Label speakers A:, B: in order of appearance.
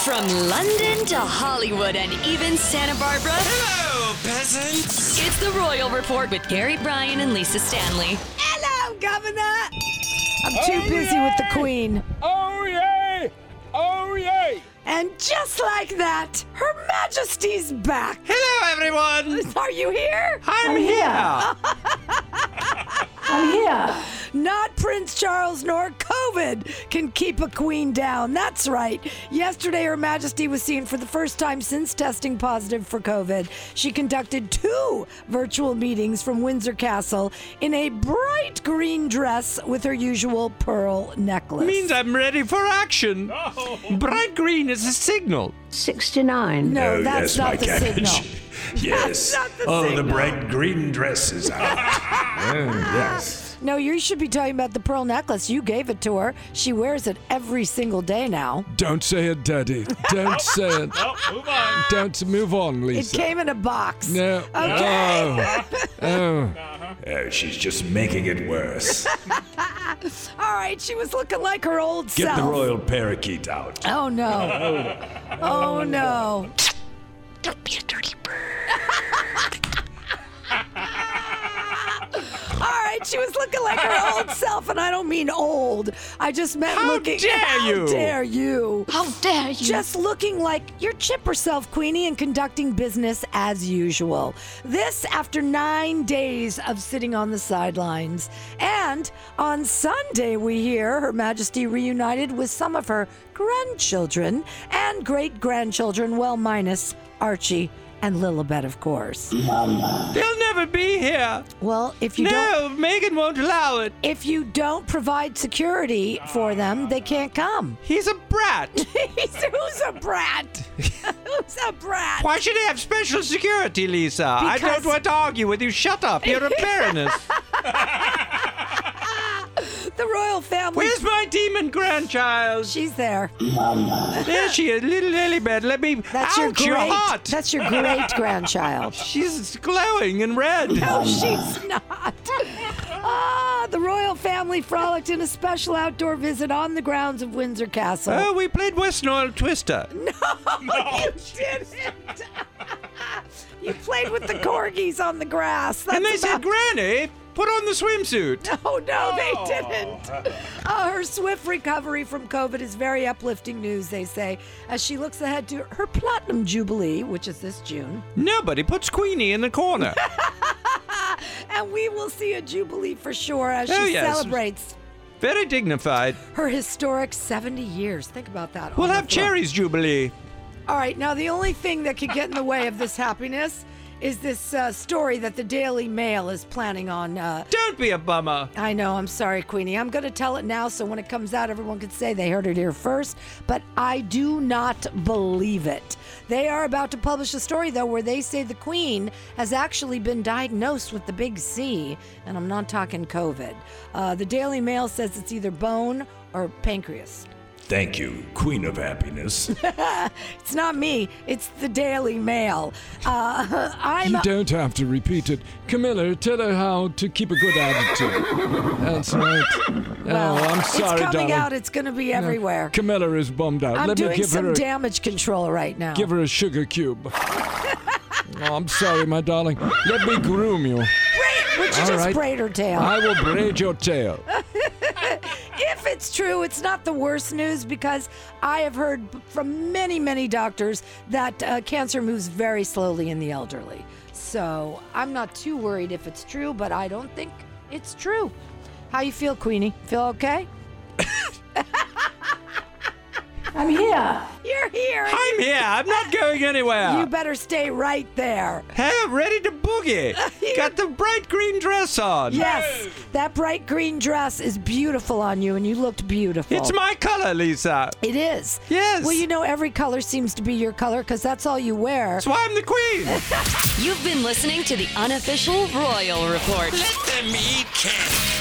A: From London to Hollywood and even Santa Barbara,
B: Hello, peasants.
A: it's the Royal Report with Gary Bryan and Lisa Stanley.
C: Hello, Governor. I'm too busy with the Queen.
D: Oh yay! Oh yay!
C: And just like that, Her Majesty's back.
B: Hello, everyone.
C: Are you here?
B: I'm here.
C: Not Prince Charles nor COVID can keep a queen down. That's right. Yesterday, Her Majesty was seen for the first time since testing positive for COVID. She conducted two virtual meetings from Windsor Castle in a bright green dress with her usual pearl necklace.
B: Means I'm ready for action. Bright green is a signal.
E: 69.
C: no,
F: Oh, yes,
C: that's not
F: my
C: the
F: cabbage.
C: signal.
F: yes.
C: not the
F: oh,
C: signal.
F: the bright green dress is out. Oh, yes.
C: No, you should be talking about the pearl necklace. You gave it to her. She wears it every single day now.
D: Don't say it, Daddy. Don't say it. no, move on. Don't move on,
C: It
D: Lisa.
C: came in a box.
D: no.
C: Okay.
D: Oh. oh.
F: Oh, she's just making it worse.
C: All right, she was looking like her old
F: Get
C: self.
F: the royal parakeet out.
C: oh no. oh no. All right, she was looking like her old self, and I don't mean old. I just meant
B: How
C: looking.
B: dare
C: how
B: you.
C: dare you? How dare you? Just looking like your chipper self, Queenie, and conducting business as usual. This after nine days of sitting on the sidelines. And on Sunday, we hear Her Majesty reunited with some of her grandchildren and great grandchildren, well, minus Archie and Lilibet, of course.
B: They'll never be here.
C: Well, if you don't.
B: no, Megan won't allow it.
C: If you don't provide security for them, they can't come.
B: He's a brat.
C: He's, who's a brat? who's a brat?
B: Why should he have special security, Lisa? I
C: Because-
B: don't want to argue with you. Shut up. You're a baroness.
C: The royal family.
B: Where's my demon grandchild?
C: She's there.
B: There she is, little Lilybet. Let me.
C: That's your
B: ouch,
C: great.
B: your heart.
C: That's your great grandchild.
B: She's glowing and red.
C: No, she's not. Ah, the royal family frolicked in a special outdoor visit on the grounds of Windsor Castle.
B: Oh, we played Western Oil Twister.
C: you didn't. you played with the corgis on the grass. That's
B: and they
C: about
B: said, Granny, put on the swimsuit.
C: Oh no, they didn't. Uh, her swift recovery from COVID is very uplifting news, they say, as she looks ahead to her platinum jubilee, which is this June.
B: Nobody puts Queenie in the corner.
C: And we will see a jubilee for sure as she
B: Oh, yes.
C: celebrates
B: Very dignified.
C: her historic 70 years. Think about that.
B: We'll
C: on the
B: have
C: throne.
B: Cherry's Jubilee.
C: All right, now the only thing that could get in the way of this happiness is this uh, story that the Daily Mail is planning on. Uh,
B: Don't be a bummer.
C: I know. I'm sorry, Queenie. I'm going to tell it now so when it comes out, everyone can say they heard it here first. But I do not believe it. They are about to publish a story, though, where they say the Queen has actually been diagnosed with the big C, and I'm not talking COVID. Uh, the Daily Mail says it's either bone or pancreas.
F: Thank you, Queen of Happiness.
C: It's not me, it's the Daily Mail. Uh, I'm.
D: You don't have to repeat it. Camilla, tell her how to keep a good attitude. That's right.
C: well,
D: oh, I'm sorry,
C: It's coming
D: darling.
C: out, it's going to be everywhere.
D: Camilla is bombed out.
C: I'm
D: Let me
C: doing
D: give
C: some
D: her a,
C: damage control right now.
D: give her a sugar cube. oh, I'm sorry, my darling. Let me groom you.
C: Would you
D: All
C: just
D: right.
C: braid her tail?
D: I will braid your tail.
C: if it's true, it's not the worst news because I have heard from many, many doctors that uh, cancer moves very slowly in the elderly. So I'm not too worried if it's true, but I don't think it's true. How you feel, Queenie? Feel okay? I'm here. You're here.
B: I'm here. I'm not going anywhere.
C: You better stay right there.
B: Hey, I'm ready to boogie. Got the bright green dress on.
C: Yes, that bright green dress is beautiful on you, and you looked beautiful.
B: It's my color, Lisa.
C: It is.
B: Yes.
C: Well, you know, every color seems to be your color because that's all you wear.
B: That's why I'm the queen.
A: You've been listening to the unofficial Royal Report.
B: Let them eat cake.